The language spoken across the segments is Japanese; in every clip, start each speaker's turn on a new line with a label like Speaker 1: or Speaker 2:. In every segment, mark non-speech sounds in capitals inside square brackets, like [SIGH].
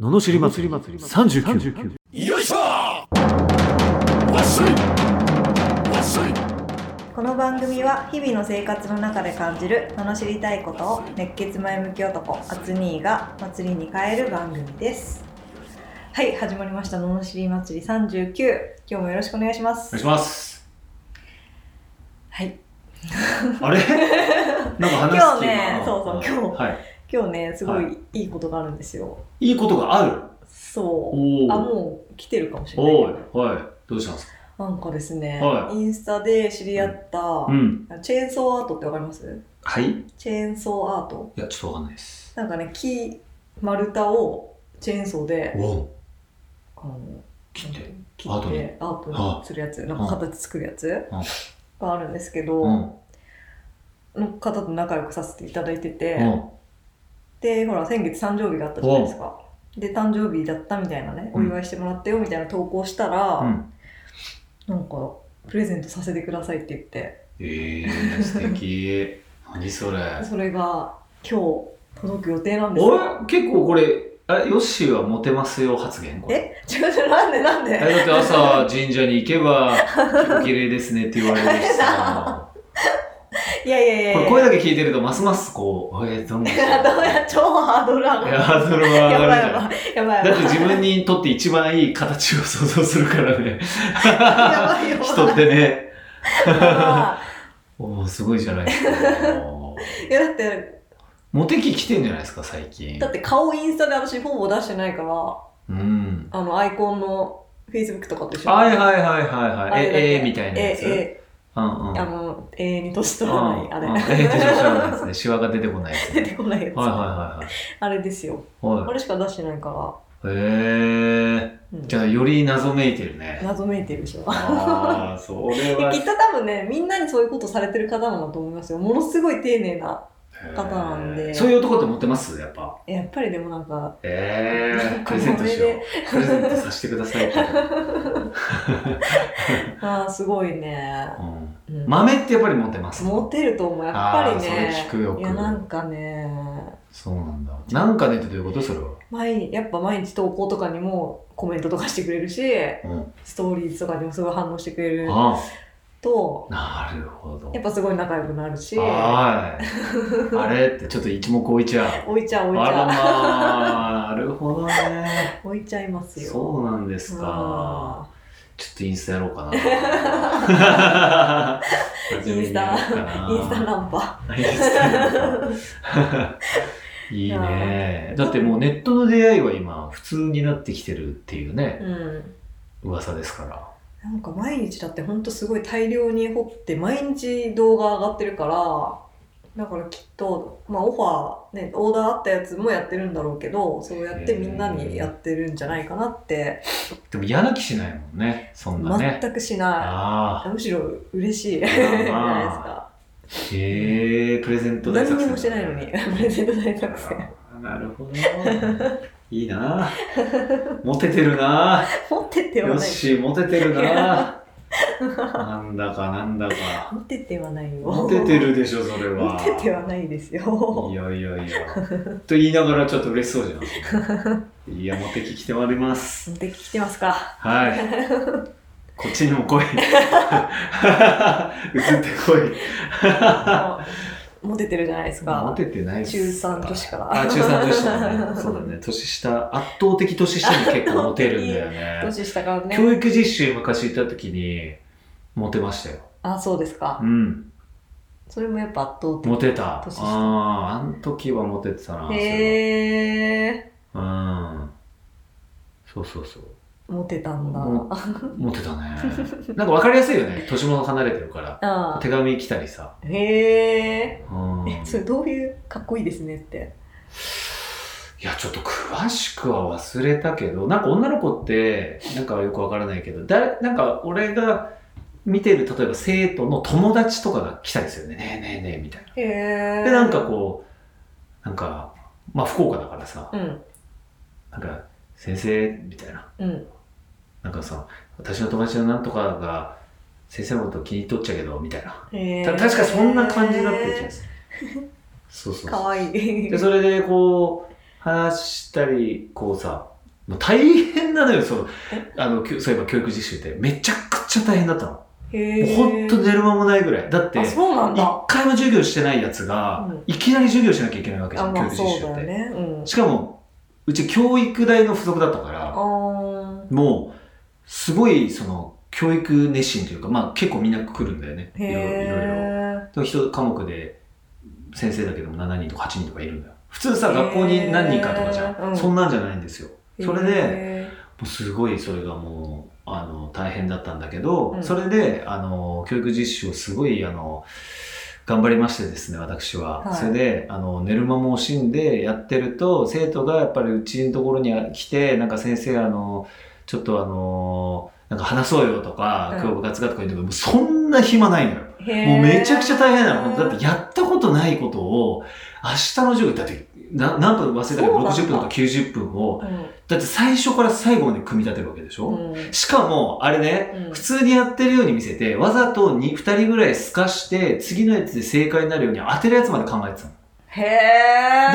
Speaker 1: ののしり祭り39
Speaker 2: よいしょわっしょいわっしょい
Speaker 3: この番組は日々の生活の中で感じる罵りたいことを熱血前向き男アツニーが祭りに変える番組ですはい始まりました罵り祭り39今日もよろしくお願いしま
Speaker 2: お願い
Speaker 3: す
Speaker 2: します
Speaker 3: はい
Speaker 2: あ
Speaker 3: [LAUGHS]
Speaker 2: れなんか話
Speaker 3: 今
Speaker 2: 聞
Speaker 3: 日
Speaker 2: けば
Speaker 3: ねそうそう今日
Speaker 2: はい
Speaker 3: 今日ねすご
Speaker 2: はい
Speaker 3: いいことがあるんですよ
Speaker 2: いいことがある
Speaker 3: そう
Speaker 2: お
Speaker 3: あ
Speaker 2: ー
Speaker 3: もう来てるかもしれない
Speaker 2: お
Speaker 3: け
Speaker 2: ーはいどうしたんですか
Speaker 3: どなんかですね、
Speaker 2: はい
Speaker 3: インスタで知り合った、
Speaker 2: うん
Speaker 3: チェーンソーアートってわかります
Speaker 2: はいい
Speaker 3: チェーンソーアート
Speaker 2: やちょっとわかんないです
Speaker 3: なんかね木丸太をチェーンソーで
Speaker 2: おお
Speaker 3: あの
Speaker 2: 切って
Speaker 3: 切
Speaker 2: アー
Speaker 3: っ
Speaker 2: トに
Speaker 3: てアート
Speaker 2: あ
Speaker 3: にするやつなんか形作るやつ
Speaker 2: あ
Speaker 3: があるんですけ
Speaker 2: う
Speaker 3: ど
Speaker 2: ん
Speaker 3: の方と仲良くさせていただいてて
Speaker 2: うん
Speaker 3: でほら先月誕生日があったじゃないですかで誕生日だったみたいなね
Speaker 2: う
Speaker 3: お
Speaker 2: ん
Speaker 3: 祝いしてもらったよみたいな投稿した
Speaker 2: う
Speaker 3: ら
Speaker 2: ん
Speaker 3: なんかプレゼントさせてくださいって言って
Speaker 2: えー素敵 [LAUGHS] 何それ
Speaker 3: それが今日届く予定なんですよ
Speaker 2: 俺結構これあれヨッシーはモテますよ発言これ
Speaker 3: え [LAUGHS] 違う違うなんでなん
Speaker 2: え
Speaker 3: で
Speaker 2: だって朝神社に行けば「お綺麗ですね」って言われるしさ
Speaker 3: [LAUGHS] いやいやいや
Speaker 2: これ声
Speaker 3: いや
Speaker 2: だ
Speaker 3: [LAUGHS]
Speaker 2: け聞いてるとますますこう「えー、どんな人
Speaker 3: どうや超ハードル上が
Speaker 2: い
Speaker 3: る
Speaker 2: やそれは
Speaker 3: や
Speaker 2: 上
Speaker 3: ばい
Speaker 2: がるじ
Speaker 3: や
Speaker 2: ゃん
Speaker 3: ばいやばいやばい
Speaker 2: だって自分にとって一番いい形を想像するからね
Speaker 3: やばいやばい
Speaker 2: 人ってね
Speaker 3: だから
Speaker 2: おーすごいじゃないですかおー
Speaker 3: いやだって
Speaker 2: モテ期来てんじゃないですか最近
Speaker 3: だって顔インスタで私ほぼ出してないから
Speaker 2: うん
Speaker 3: あのアイコンのフェイスブックとかと一緒
Speaker 2: はい
Speaker 3: い
Speaker 2: はいはいはいはいええーみたいなや
Speaker 3: え
Speaker 2: つ、
Speaker 3: え
Speaker 2: うんうん
Speaker 3: あの永遠に年取らないあれ
Speaker 2: うんうんえー手錠知らないですねシワが出てこないやつ
Speaker 3: 出てこないやつ、
Speaker 2: はい
Speaker 3: [LAUGHS]
Speaker 2: は
Speaker 3: あれですよ
Speaker 2: いはいはい
Speaker 3: あれしか出してないか
Speaker 2: へえ
Speaker 3: ら、うん
Speaker 2: じゃあより謎めいてる
Speaker 3: [LAUGHS]
Speaker 2: ね
Speaker 3: 謎めいてるでしょ
Speaker 2: ああそれは
Speaker 3: きっと多分ねみんなにそういうことされてる方なんだと思いますよものすごい丁寧な方なんで
Speaker 2: へーそういう男って持ってますやっぱ
Speaker 3: やっぱりでもなんか
Speaker 2: え
Speaker 3: な
Speaker 2: え
Speaker 3: ん
Speaker 2: プ
Speaker 3: か
Speaker 2: レゼントしよ
Speaker 3: こ
Speaker 2: うプレゼントさせてくださいって、
Speaker 3: ああすごいね、
Speaker 2: うん、
Speaker 3: うん
Speaker 2: 豆ってやっぱり持ってます
Speaker 3: モテると思うやっぱり
Speaker 2: あーそれ
Speaker 3: ね
Speaker 2: 聞くよく
Speaker 3: いやなんかね
Speaker 2: そうなんだなんかねってどういうことそれは
Speaker 3: 毎やっぱ毎日投稿とかにもコメントとかしてくれるし
Speaker 2: うん
Speaker 3: ストーリーズとかにもすごい反応してくれる
Speaker 2: あ
Speaker 3: と
Speaker 2: あなるほど
Speaker 3: やっぱすごい仲良くなるし [LAUGHS]
Speaker 2: はいあれってちょっと一目置いちゃう
Speaker 3: 置いちゃう
Speaker 2: あ
Speaker 3: 置いち
Speaker 2: ら
Speaker 3: ゃ
Speaker 2: まあなるほど
Speaker 3: [LAUGHS]
Speaker 2: ね
Speaker 3: う置いちゃいますよ
Speaker 2: そうなんですか
Speaker 3: あ
Speaker 2: ちょっとインスタやろうか
Speaker 3: [LAUGHS]
Speaker 2: な。
Speaker 3: インスターインスタ
Speaker 2: ン
Speaker 3: ナンパ
Speaker 2: スタ。インスタ [LAUGHS] いいね。だってもうネットの出会いは今普通になってきてるっていうね、
Speaker 3: うん
Speaker 2: 噂ですから。
Speaker 3: なんか毎日だってほんとすごい大量に掘って毎日動画上がってるからだからきっと、まあ、オファー、ね、オーダーあったやつもやってるんだろうけどそうやってみんなにやってるんじゃないかなって
Speaker 2: でも嫌な気しないもんね、そんなね。
Speaker 3: 全くしな
Speaker 2: あ
Speaker 3: いむしろ嬉しいじゃない
Speaker 2: ー
Speaker 3: ですか
Speaker 2: あ、へえ、プレゼント大
Speaker 3: 何
Speaker 2: 作
Speaker 3: に
Speaker 2: 戦だね。
Speaker 3: もしてないの [LAUGHS] にプレゼント大作戦
Speaker 2: あー。なるほど。いいな。モテてるな。
Speaker 3: 持ってっては
Speaker 2: よっ
Speaker 3: ない
Speaker 2: しー、モテてる
Speaker 3: [LAUGHS]
Speaker 2: な。なんだかなんだか。
Speaker 3: 持ってってはないよ
Speaker 2: モテてるでしょ、それは。
Speaker 3: 持ってってはないですよ
Speaker 2: いやいやいや。と言いながらちょっと嬉しそうじゃん。いや、モテき来てまいります。
Speaker 3: 持ってきてますか
Speaker 2: はい。こっちにも来い。映 [LAUGHS] ってこい。
Speaker 3: [LAUGHS] 持ててるじゃないです
Speaker 2: モ
Speaker 3: か
Speaker 2: テてないっす
Speaker 3: 中三女子から
Speaker 2: あ、中3女子だね。そうだね。年下、圧倒的年下に結構モテるんだよね。
Speaker 3: 年下から
Speaker 2: 教
Speaker 3: ね
Speaker 2: 育実習昔行った時に、モテましたよ。
Speaker 3: あそうですか
Speaker 2: うん。
Speaker 3: それもやっぱ圧倒的
Speaker 2: モテた。あ
Speaker 3: 年下
Speaker 2: あー、あの時はモテてたな。
Speaker 3: へえ
Speaker 2: それはうん。そうそうそう。
Speaker 3: モテたんだ
Speaker 2: もモテたね。なんか分かりやすいよ
Speaker 3: [LAUGHS]
Speaker 2: ね。年も離れてるから。
Speaker 3: あ
Speaker 2: 手紙来たりさ。
Speaker 3: ーへえ
Speaker 2: うん。い
Speaker 3: えそれどういうかっこいいですねって
Speaker 2: や、ちょっと詳しくは忘れたけど、なんか女の子って、なんかよく分からないけど、だなんか俺が見てる、例えば生徒の友達とかが来たりするね。ねえねえねえみたい
Speaker 3: へえ
Speaker 2: な。で、なんかこう、なんか、まあ福岡だからさ、
Speaker 3: うん
Speaker 2: なんか、先生、みたいな。
Speaker 3: うん
Speaker 2: なんかさ、私の友達のなんとかが先生のこと気に取っちゃうけど、みたいな。
Speaker 3: へ
Speaker 2: た
Speaker 3: ー
Speaker 2: 確かそんな感じになってる気がする。
Speaker 3: [LAUGHS]
Speaker 2: そうそう
Speaker 3: かわいい
Speaker 2: で、それでこう、話したり、こうさ、もう大変なのよ、その、あの、きゅそういえば教育実習って、めちゃくちゃ大変だったの。
Speaker 3: へ
Speaker 2: も
Speaker 3: え
Speaker 2: うほんと寝る間もないぐらい。だって、
Speaker 3: あ
Speaker 2: 一
Speaker 3: そうなんだ
Speaker 2: 回も授業してないやつが、
Speaker 3: うん
Speaker 2: いきなり授業しなきゃいけないわけじゃ
Speaker 3: あ
Speaker 2: ん、教
Speaker 3: まあ
Speaker 2: 育実
Speaker 3: そ
Speaker 2: 習
Speaker 3: う
Speaker 2: っ
Speaker 3: だよ
Speaker 2: て。
Speaker 3: ねうん
Speaker 2: しかも、うち教育大の付属だったか
Speaker 3: あ
Speaker 2: ら、
Speaker 3: ー
Speaker 2: もう、すごい、その、教育熱心というか、まあ結構みんな来るんだよね。いろいろいろいろ。
Speaker 3: へえ
Speaker 2: でも一科目で先生だけでも7人とか8人とかいるんだよ普通
Speaker 3: へ
Speaker 2: さ
Speaker 3: ー
Speaker 2: 学校に何人かとかじゃん、
Speaker 3: うん
Speaker 2: そんなんじゃないんですよもそれで
Speaker 3: へ
Speaker 2: うすごいそれがもうあの大変だったんだけど、
Speaker 3: うん
Speaker 2: それであの教育実習をすごいあの頑張りましてですね私は、
Speaker 3: はい
Speaker 2: それであの寝る間も惜しんでやってると生徒がやっぱりうちのところに来てなんか先生あのちょっとあのなんか話そうよとか、
Speaker 3: うん
Speaker 2: 今日部活がとか言ってももうそんな暇ないのよ
Speaker 3: え
Speaker 2: もうめちゃくちゃ大変なの。
Speaker 3: へー
Speaker 2: だってやったことないことを、明日の授業、だってな何分忘れたけど、
Speaker 3: そうなんだ
Speaker 2: 60分とか90分を、
Speaker 3: う
Speaker 2: だって最初から最後まで組み立てるわけでしょ、
Speaker 3: んうん
Speaker 2: しかも、あれね、
Speaker 3: うん
Speaker 2: 普通にやってるように見せて、わざと 2, 人ぐらい透かして、次のやつで正解になるように当てるやつまで考えてたの。
Speaker 3: へ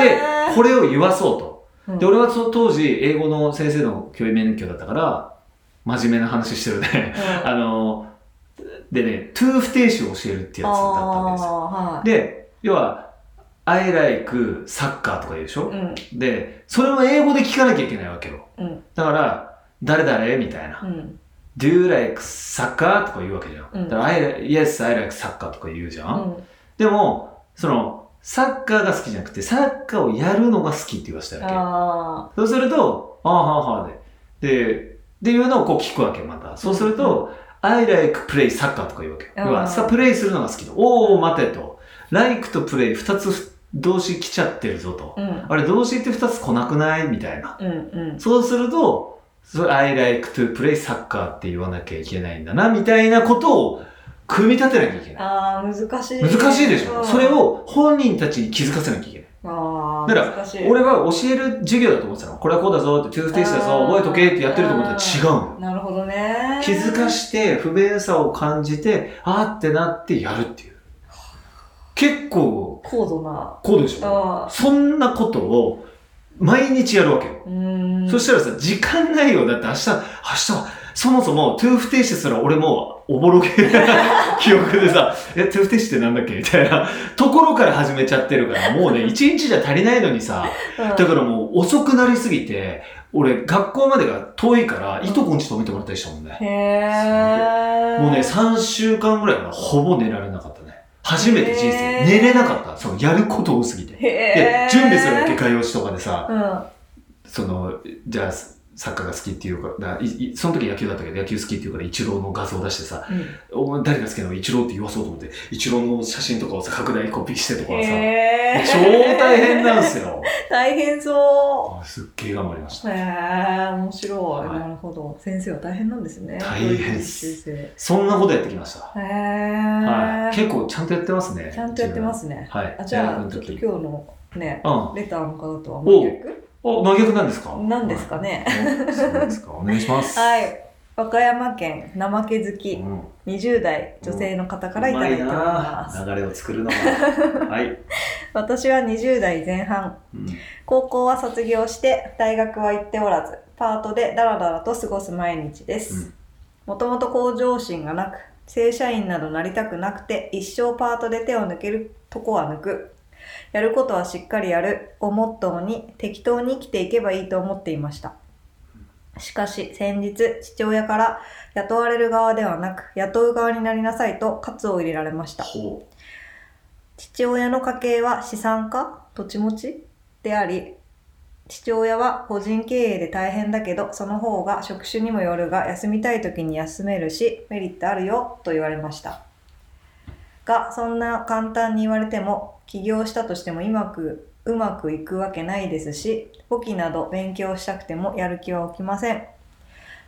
Speaker 3: え
Speaker 2: で、これを言わそうと。
Speaker 3: うん
Speaker 2: で、俺はそ当時、英語の先生の教員免許だったから、真面目な話してるね。 [LAUGHS] あの、でね、トゥー不定詞を教えるってやつだったわけですよ。
Speaker 3: あー
Speaker 2: で、要は、I like サッカーとか言うでしょ、
Speaker 3: はい
Speaker 2: で、それも英語で聞かなきゃいけないわけよ。
Speaker 3: うんうん
Speaker 2: だから、誰誰みたいな。
Speaker 3: うん
Speaker 2: Do you like サッカーとか言うわけじゃん。
Speaker 3: うん
Speaker 2: だから I li- Yes, I like サッカーとか言うじゃん。でも、その、サッカーが好きじゃなくて、サッカーをやるのが好きって言わせ
Speaker 3: う
Speaker 2: た
Speaker 3: ん
Speaker 2: わ
Speaker 3: あ
Speaker 2: け。そうすると、あーはーはーで。で、っていうのをこう聞くわけ、また。そうすると、I like play サッカーとか言うわけ。
Speaker 3: あー
Speaker 2: 要は、さ、プレイするのが好きと。おー、待てと。like と play 二つ動詞来ちゃってるぞと
Speaker 3: ー。うん
Speaker 2: あれ、動詞って二つ来なくないみたいな。
Speaker 3: うんうん
Speaker 2: そうすると、それ I like to play サッカーって言わなきゃいけないんだな、みたいなことを組み立てなきゃいけない。
Speaker 3: あー難しい
Speaker 2: 難しいでしょ、
Speaker 3: うん
Speaker 2: それを本人たちに気づかせなきゃいけない。
Speaker 3: ああ
Speaker 2: だから
Speaker 3: 難しい
Speaker 2: 俺は教える授業だと思ってたの。これはこうだぞって、トゥーステージだぞ、覚えとけってやってると思ったら違うの。
Speaker 3: なるほどね
Speaker 2: 気づかして、不便さを感じて、あーってなってやるっていう。結構、
Speaker 3: 高度な
Speaker 2: こうでしょ
Speaker 3: あ
Speaker 2: そんなことを、毎日やるわけよ。
Speaker 3: ーうーん
Speaker 2: そしたらさ、時間ないよ。だって明日、明日は、そもそも、トゥー不定詞すら俺もうおぼろげ [LAUGHS] な記憶でさ、え、トゥー不定詞ってなんだっけみたいなところから始めちゃってるから、もうね、一日じゃ足りないのにさ、
Speaker 3: う
Speaker 2: だ
Speaker 3: ん
Speaker 2: からもう遅くなりすぎて、俺、学校までが遠いから、いとこんち泊めてもらったりしたもんね。
Speaker 3: へえ
Speaker 2: もうね、3週間ぐらいはほぼ寝られなかったね。初めて人
Speaker 3: へ
Speaker 2: 生、寝
Speaker 3: ー
Speaker 2: れなかった。その、やること多すぎて。
Speaker 3: へ
Speaker 2: で
Speaker 3: ー、
Speaker 2: 準備するわけ、画用紙とかでさ、
Speaker 3: うん
Speaker 2: そのじゃあサッカーが好きっていうからだいいその時野球だったけど野球好きっていうからイチローの画像を出してさ「お前誰が好きなのイチロー」って言わそうと思ってイチローの写真とかをさ拡大コピーしてと
Speaker 3: うん
Speaker 2: かさ、
Speaker 3: へー
Speaker 2: 超大変なんですよ
Speaker 3: 大変そう
Speaker 2: あすっげえ頑張りました
Speaker 3: へえ面白い、
Speaker 2: はい
Speaker 3: なるほど先生は大変なんですね
Speaker 2: 大変っ
Speaker 3: 先
Speaker 2: す
Speaker 3: 生へ
Speaker 2: そんなことやってきました、
Speaker 3: え、
Speaker 2: はい、結構ちゃんとやってますね
Speaker 3: ちゃんとやってますすね
Speaker 2: はい
Speaker 3: あじゃ
Speaker 2: 大
Speaker 3: あ
Speaker 2: 学
Speaker 3: ちょ
Speaker 2: の
Speaker 3: っと
Speaker 2: 時
Speaker 3: 今日のね
Speaker 2: うん
Speaker 3: レターの方とは
Speaker 2: お
Speaker 3: 真逆
Speaker 2: お真逆なんですか
Speaker 3: なんですかね
Speaker 2: はいおそうですかお願いします
Speaker 3: はい和歌山県怠け好
Speaker 2: う
Speaker 3: き
Speaker 2: ん
Speaker 3: 20代女性の方からいただいております
Speaker 2: うまいな流れを作るの
Speaker 3: [LAUGHS]
Speaker 2: がはい、
Speaker 3: 私は20代前半
Speaker 2: うん
Speaker 3: 高校は卒業して大学は行っておらずパートでダラダラと過ごす毎日です
Speaker 2: うん
Speaker 3: もともと向上心がなく正社員などなりたくなくて一生パートで手を抜けるとこは抜くやることはしっかりやるをモットーに適当に生きていけばいいと思っていましたしかし先日父親から雇われる側ではなく雇う側になりなさいと喝を入れられました
Speaker 2: ほ
Speaker 3: 父親の家系は資産家土地持ちであり父親は個人経営で大変だけどその方が職種にもよるが休みたい時に休めるしメリットあるよと言われましたがそんな簡単に言われても起業したとしてもうまくうまくいくわけないですし簿記など勉強したくてもやる気は起きません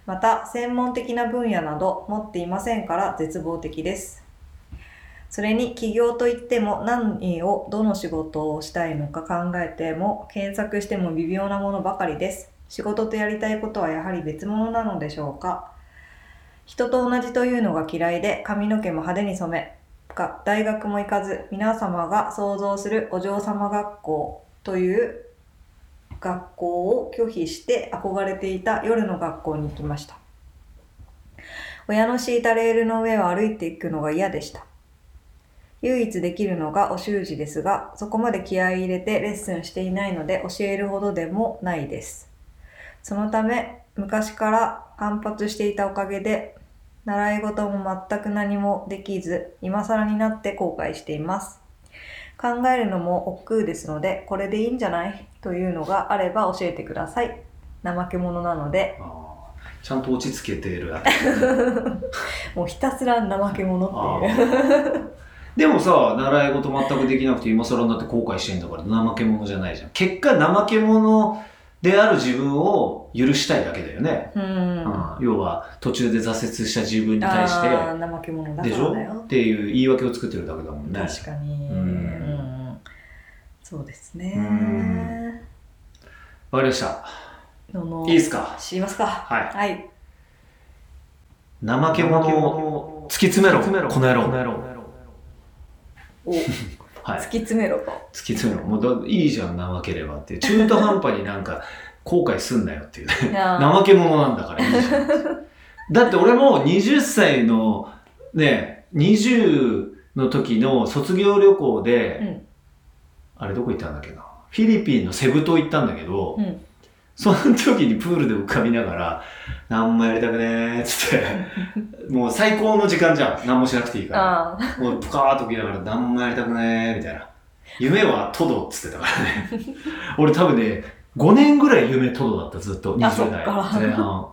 Speaker 3: また専門的な分野など持っていませんから絶望的ですそれに起業といっても何をどの仕事をしたいのか考えても検索しても微妙なものばかりです。仕事とやりたいことはやはり別物なのでしょうか人と同じというのが嫌いで髪の毛も派手に染めが大学も行かず皆様が想像するお嬢様学校という学校を拒否して憧れていた夜の学校に行きました親の敷いたレールの上を歩いていくのが嫌でした唯一できるのがお習字ですがそこまで気合い入れてレッスンしていないので教えるほどでもないですそのため昔から反発していたおかげで習い事も全く何もできず今更になって後悔しています考えるのも億劫ですのでこれでいいんじゃないというのがあれば教えてください怠け者なので
Speaker 2: あーちゃんと落ち着けてる
Speaker 3: [LAUGHS] もうひたすら怠け者
Speaker 2: あ
Speaker 3: っていう
Speaker 2: ーでもさ習い事全くできなくて今更になって後悔してんだから怠け者じゃないじゃん結果怠け者である自分を許したいだけだよね、
Speaker 3: うん
Speaker 2: うん要は途中で挫折した自分に対し
Speaker 3: あ
Speaker 2: て
Speaker 3: あ怠け者だか
Speaker 2: でし
Speaker 3: ら
Speaker 2: ょ
Speaker 3: だよ
Speaker 2: っていう言い訳を作ってるだけだもんね
Speaker 3: 確かに、
Speaker 2: うん
Speaker 3: うんそうですね
Speaker 2: うんわかりました
Speaker 3: どの
Speaker 2: いいですか
Speaker 3: 知りますか
Speaker 2: はい
Speaker 3: はい
Speaker 2: 怠け者を突き詰めろこの野郎
Speaker 3: お突
Speaker 2: はい
Speaker 3: き詰めろと
Speaker 2: 突き詰めろもうだいいじゃん怠ければっていう中途半端になんか後悔すんなよっていう [LAUGHS] ね
Speaker 3: いやー
Speaker 2: 怠け者なんだからいい
Speaker 3: [LAUGHS]
Speaker 2: じゃんだって俺も20歳のね20の時の卒業旅行で、
Speaker 3: うん
Speaker 2: あれどこ行ったんだっけなフィリピンのセブ島行ったんだけど、
Speaker 3: うん
Speaker 2: その時にプールで浮かびながら「何もやりたくねー」っつ
Speaker 3: [LAUGHS]
Speaker 2: ってもう最高の時間じゃん何もしなくていいから
Speaker 3: あー
Speaker 2: もうぷかーっと起きながら何もやりたくねーみたいな。夢はトドっつってたからね。 [LAUGHS] 俺多分ね、5年ぐらい夢トドだった、ずっと。
Speaker 3: あそっ
Speaker 2: 20
Speaker 3: か
Speaker 2: 代前半。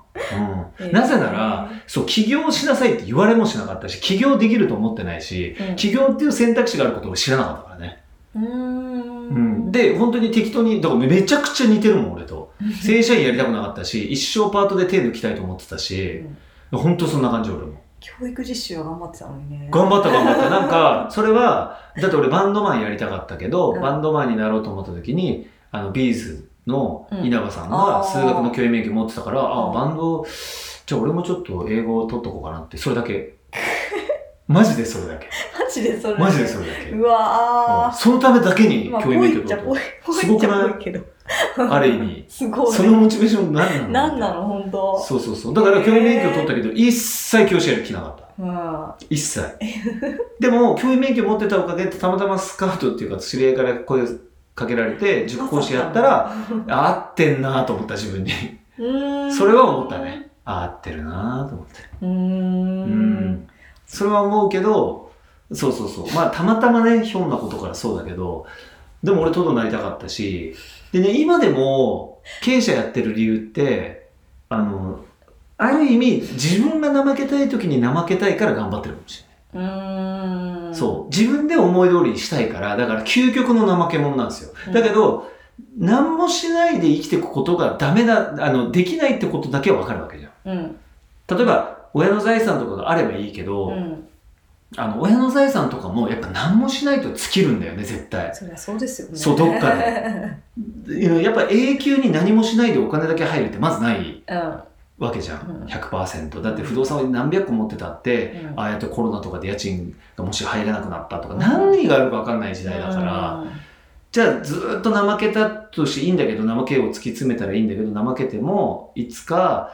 Speaker 2: うん、
Speaker 3: えー
Speaker 2: なぜなら、そう、起業しなさいって言われもしなかったし、起業できると思ってないし、
Speaker 3: うん
Speaker 2: 起業っていう選択肢があることを知らなかったからね。
Speaker 3: うーん
Speaker 2: うん、で、本当に適当に、だからめちゃくちゃ似てるもん、俺と。正社員やりたくなかったし、一生パートで手抜きたいと思ってたし、本当そんな感じ、俺も。
Speaker 3: 教育実習は頑張ってたのにね
Speaker 2: 頑張った頑張った。なん
Speaker 3: [LAUGHS]
Speaker 2: か、それは、だって俺バンドマンやりたかったけど、
Speaker 3: うん
Speaker 2: バンドマンになろうと思った時に、あの、ビーズの稲葉さん
Speaker 3: うんあ
Speaker 2: が
Speaker 3: ー
Speaker 2: 数学の教員免許持ってたから、
Speaker 3: う
Speaker 2: あ
Speaker 3: ん
Speaker 2: バンド、じゃあ俺もちょっと英語を取っとこうかなって、それだけ。 [LAUGHS] マジでそれだけ。
Speaker 3: マジでそれ
Speaker 2: マジでそれだけ。
Speaker 3: うわ
Speaker 2: うん
Speaker 3: ー
Speaker 2: そのためだけに
Speaker 3: まあ
Speaker 2: 教
Speaker 3: ぽ
Speaker 2: 員
Speaker 3: い
Speaker 2: 免
Speaker 3: っ
Speaker 2: 許
Speaker 3: ちゃ
Speaker 2: 取っと
Speaker 3: ぽ
Speaker 2: こ
Speaker 3: いぽ
Speaker 2: すご
Speaker 3: いっ
Speaker 2: く
Speaker 3: ち
Speaker 2: な
Speaker 3: ゃ
Speaker 2: い
Speaker 3: ぽいけど
Speaker 2: う。ある意味。
Speaker 3: [LAUGHS] すごい
Speaker 2: そのモチベーション何なの
Speaker 3: 何なの本当
Speaker 2: そうそうそう。だから教員免許取ったけど、一切教師やる気なかった。
Speaker 3: まあ
Speaker 2: 一切でも教員免許持ってたおかげでたまたまスカウトっていうか知り合いから声かけられて塾講師やったら合ってんなと思った自分に
Speaker 3: うーん
Speaker 2: それは思ったねあ合ってるなと思って
Speaker 3: うー
Speaker 2: うんんそれは思うけどそうそうそうまあたまたまねひょんなことからそうだけどでも俺トドになりたかったしでね今でも経営者やってる理由ってあのある意味自分が怠けたい時に怠けたいから頑張ってるかもしれない。
Speaker 3: うーん
Speaker 2: そう。自分で思い通りにしたいから、だから究極の怠け者なんですよ。
Speaker 3: うん
Speaker 2: だけど、何もしないで生きていくことがダメだ、あの、できないってことだけはわかるわけじゃ
Speaker 3: うん
Speaker 2: ん。例えば、親の財産とかがあればいいけど、
Speaker 3: うん
Speaker 2: あの、親の財産とかもやっぱ何もしないと尽きるんだよね、絶対。
Speaker 3: そりゃそうですよね
Speaker 2: そうどっか
Speaker 3: [LAUGHS] で
Speaker 2: うんやっぱ永久に何もしないでお金だけ入るってまずない
Speaker 3: うん
Speaker 2: わけじゃ
Speaker 3: うん
Speaker 2: ん。100%。だって不動産を何百個持ってたって、
Speaker 3: うん
Speaker 2: ああやってコロナとかで家賃がもし入らなくなったとか、
Speaker 3: うん
Speaker 2: 何があるかわかんない時代だから、じゃあずーっと怠けたとしていいんだけど怠けを突き詰めたらいいんだけど怠けてもいつか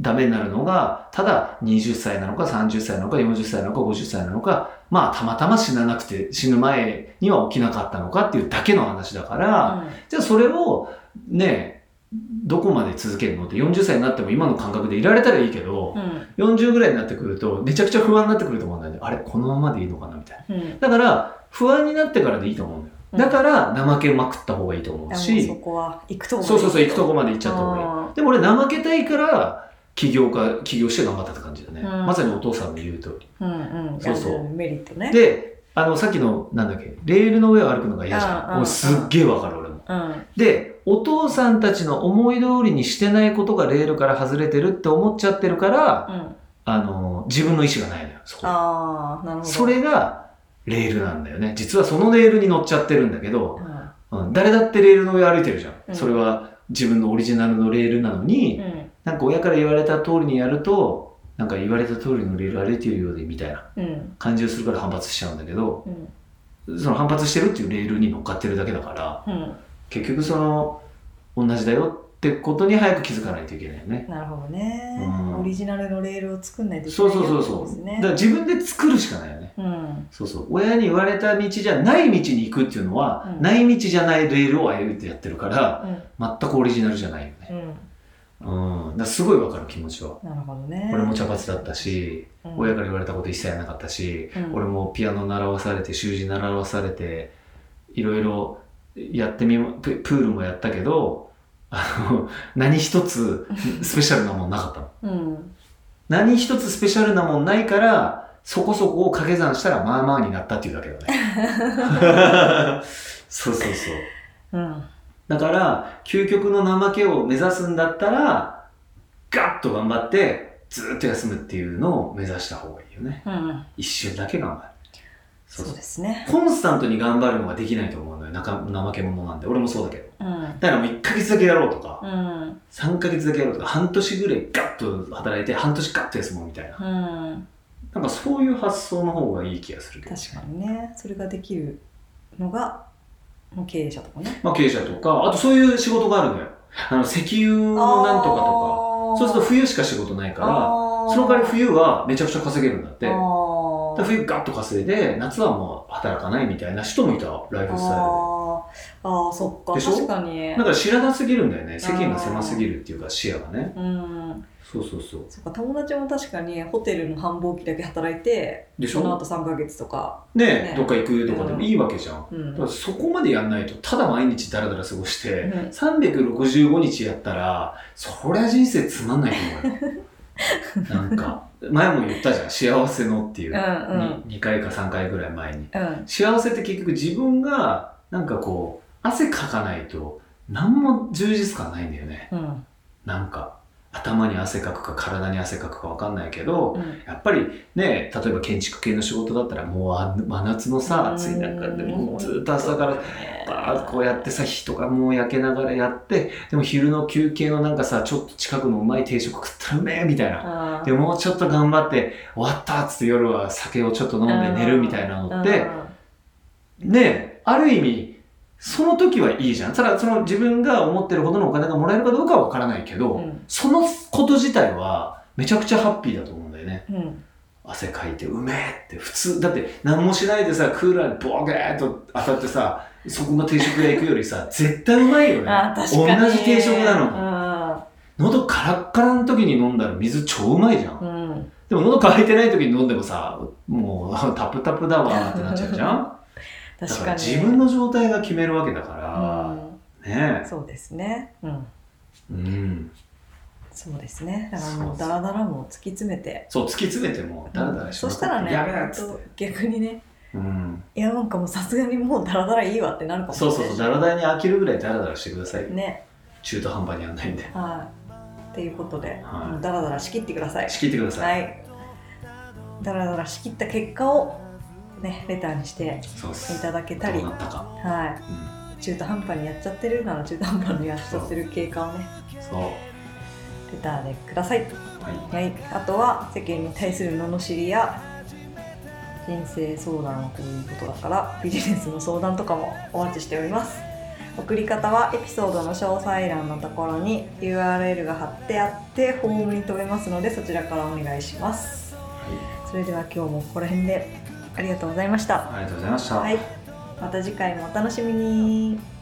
Speaker 2: ダメになるのがただ20歳なのか30歳なのか40歳なのか50歳なのかまあたまたま死ななくて死ぬ前には起きなかったのかっていうだけの話だから、じゃあそれをねどこまで続けるのって40歳になっても今の感覚でいられたらいいけど
Speaker 3: うんうん
Speaker 2: 40ぐらいになってくるとめちゃくちゃ不安になってくると思うんだよねあれこのままでいいのかなみたいな。
Speaker 3: うん
Speaker 2: だから、不安になってからでいいと思うんだよ。だから、怠けまくった方がいいと思う
Speaker 3: いやも
Speaker 2: し
Speaker 3: うそ、こは行くとこ
Speaker 2: そうそうそう、行くと
Speaker 3: こ
Speaker 2: こまで行っちゃった方がいい。でも俺、怠けたいから、起業家、起業して頑張ったって感じだね。
Speaker 3: うん
Speaker 2: まさにお父さんの言う通り。
Speaker 3: うんうん
Speaker 2: そうそう
Speaker 3: やるメリットね
Speaker 2: で、あの、さっきの、なんだっけ、レールの上を歩くのが嫌じ
Speaker 3: うん
Speaker 2: ゃ
Speaker 3: うん
Speaker 2: ん。もうすっげえわかる、俺も。
Speaker 3: うん
Speaker 2: で、お父さんたちの思い通りにしてないことがレールから外れてるって思っちゃってるから、
Speaker 3: うん
Speaker 2: あの、自分の意思がないのよ、そこ。
Speaker 3: ああなるほど
Speaker 2: それが、レールなんだよね。実はそのレールに乗っちゃってるんだけど、うん、誰だってレールの上歩いてるじゃん、
Speaker 3: うん
Speaker 2: それは自分のオリジナルのレールなのに、
Speaker 3: うんうん
Speaker 2: なんか親から言われた通りにやるとなんか言われた通りのレール歩いてるようでみたいな
Speaker 3: うん
Speaker 2: 感じをするから反発しちゃうんだけど
Speaker 3: うん
Speaker 2: その反発してるっていうレールに乗っかってるだけだから
Speaker 3: うん
Speaker 2: 結局その同じだよってことに早く気づかないといけないよね。
Speaker 3: なるほどね、
Speaker 2: うん
Speaker 3: オリジナルのレールを作んないといけ
Speaker 2: そう
Speaker 3: ない
Speaker 2: そうそ
Speaker 3: よ
Speaker 2: う
Speaker 3: ってこ
Speaker 2: そ
Speaker 3: とです
Speaker 2: う。だ
Speaker 3: ね
Speaker 2: から自分で作るしかないよね。
Speaker 3: うん
Speaker 2: そうそう。親に言われた道じゃない道に行くっていうのは、
Speaker 3: うん
Speaker 2: ない道じゃないレールを歩いてやってるから、
Speaker 3: うん
Speaker 2: 全くオリジナルじゃないよね。
Speaker 3: うん
Speaker 2: うん。だからすごいわかる気持ちは。
Speaker 3: なるほどね
Speaker 2: 俺も茶髪だったし、
Speaker 3: うん
Speaker 2: 親から言われたこと一切なかったし、
Speaker 3: うん
Speaker 2: 俺もピアノ習わされて、習字習わされて、いろいろやってみま、ププールもやったけど、あの、何一つスペシャルなもんなかったの。
Speaker 3: うん
Speaker 2: 何一つスペシャルなもんないから、そこそこを掛け算したらまあまあになったっていうだけ [LAUGHS] だね。そうそうそう。
Speaker 3: うん
Speaker 2: だから、究極の怠けを目指すんだったら、ガッと頑張って、ずーっと休むっていうのを目指した方がいいよね。
Speaker 3: うん
Speaker 2: 一瞬だけ頑張る。そう
Speaker 3: そ
Speaker 2: そうう。
Speaker 3: ですね
Speaker 2: コンスタントに頑張るのができないと思うのよ。なか怠け者なんで。俺もそうだけど。
Speaker 3: うん
Speaker 2: だからもう1ヶ月だけやろうとか、
Speaker 3: うん
Speaker 2: 3ヶ月だけやろうとか、半年ぐらいガッと働いて、半年ガッと休もうみたいな。
Speaker 3: うん
Speaker 2: なんかそういう発想の方がいい気がするけど。
Speaker 3: 確かにねそれができるのがもう経営者とかね
Speaker 2: まあ経営者とか、あとそういう仕事があるのよ。あの、石油のなんとかとか。そうすると冬しか仕事ないから、
Speaker 3: ら
Speaker 2: その代わり
Speaker 3: っ
Speaker 2: 冬はめちゃくちゃ稼げるんだって。だか
Speaker 3: あ
Speaker 2: ら冬ガッと稼いで、夏はもう働かないみたいな人もいた、ライフスタイ
Speaker 3: あーあーそっか
Speaker 2: でしょ
Speaker 3: 確かに
Speaker 2: ルで。なんか知らなすぎるんだよね。世間が狭すぎるっていうか視野がね。
Speaker 3: うん
Speaker 2: そうそうそう。
Speaker 3: そっか友達も確かにホテルの繁忙期だけ働いて
Speaker 2: でし
Speaker 3: その
Speaker 2: ょ
Speaker 3: 後3ヶ月とか、
Speaker 2: ね
Speaker 3: ね
Speaker 2: どっか行くとかでもいいわけじゃん。
Speaker 3: うん
Speaker 2: だからそこまでやんないと、ただ毎日ダラダラ過ごして、
Speaker 3: うん
Speaker 2: 365日やったらそりゃ人生つまんないと思う
Speaker 3: [LAUGHS]
Speaker 2: よなんか前も言ったじゃん幸せのっていう、
Speaker 3: うんうん
Speaker 2: に 2, 回か3回ぐらい前に
Speaker 3: うん
Speaker 2: 幸せって結局自分がなんかこう汗かかないと何も充実感ないんだよね
Speaker 3: うん
Speaker 2: なんか頭に汗かくか体に汗かくか分かんないけど、
Speaker 3: うん
Speaker 2: やっぱりね、例えば建築系の仕事だったらもうあ真夏のさ暑い中で
Speaker 3: うん
Speaker 2: もうずっと朝からバーッとこうやってさ日とかもう焼けながらやってでも昼の休憩のなんかさちょっと近くのうまい定食食ったらうめえみたいな。
Speaker 3: あー
Speaker 2: でもうちょっと頑張って終わったっつって夜は酒をちょっと飲んで寝るみたいなのってねある意味その時はいいじゃんただその自分が思ってるほどのお金がもらえるかどうかは分からないけど、
Speaker 3: うんうん
Speaker 2: そのこと自体はめちゃくちゃハッピーだと思うんだよね。
Speaker 3: うん
Speaker 2: 汗かいてうめえって普通だって何もしないでさクーラーにボーゲーっと当たってさそこの定食屋行くよりさ [LAUGHS] 絶対うまいよね
Speaker 3: あー確かに
Speaker 2: 同じ定食なの
Speaker 3: の
Speaker 2: 喉カラッカラの時に飲んだら水超うまいじゃん
Speaker 3: うんうん
Speaker 2: でも喉乾いてない時に飲んでもさもう [LAUGHS] タプタプだわーってなっちゃうじゃんだ
Speaker 3: [LAUGHS] 確
Speaker 2: か
Speaker 3: からに
Speaker 2: 自分の状態が決めるわけだか
Speaker 3: う
Speaker 2: ら、ね
Speaker 3: んそうですねうん
Speaker 2: えうん
Speaker 3: そうですねだから
Speaker 2: そ
Speaker 3: も
Speaker 2: う
Speaker 3: う
Speaker 2: そう
Speaker 3: ダラダラも突き詰めて
Speaker 2: そう突き詰めてもダラダラし
Speaker 3: そ
Speaker 2: ま
Speaker 3: し
Speaker 2: く
Speaker 3: たら
Speaker 2: って
Speaker 3: ね
Speaker 2: やべえっつっ
Speaker 3: 本
Speaker 2: て、
Speaker 3: 当逆にね
Speaker 2: うん、
Speaker 3: いやなんかもうさすがにもうダラダラいいわってなるかもし
Speaker 2: そ
Speaker 3: れ
Speaker 2: う
Speaker 3: ない
Speaker 2: そうそうダラダラに飽きるぐらいダラダラしてください
Speaker 3: ね
Speaker 2: 中途半端にやんないんで
Speaker 3: はいっていうことで、
Speaker 2: はい
Speaker 3: もうダラダラ仕切ってください
Speaker 2: 仕切ってください、
Speaker 3: はいダラダラ仕切った結果をねレターにして
Speaker 2: そうっす
Speaker 3: いただけたり
Speaker 2: どうなったか、
Speaker 3: は
Speaker 2: う
Speaker 3: い中途半端にやっちゃってるなら中途半端にやっちゃってる経過を
Speaker 2: ん、
Speaker 3: ね
Speaker 2: そう
Speaker 3: レターでください
Speaker 2: はい
Speaker 3: はい、あとは世間に対する罵りや人生相談をということだからビジネスの相談とかもお待ちしております送り方はエピソードの詳細欄のところに URL が貼ってあってホームに飛べますのでそちらからお願いします
Speaker 2: は
Speaker 3: それでは今日もここら辺でありがとうございました
Speaker 2: い、ありがとうございました、
Speaker 3: はいまた次回もお楽しみに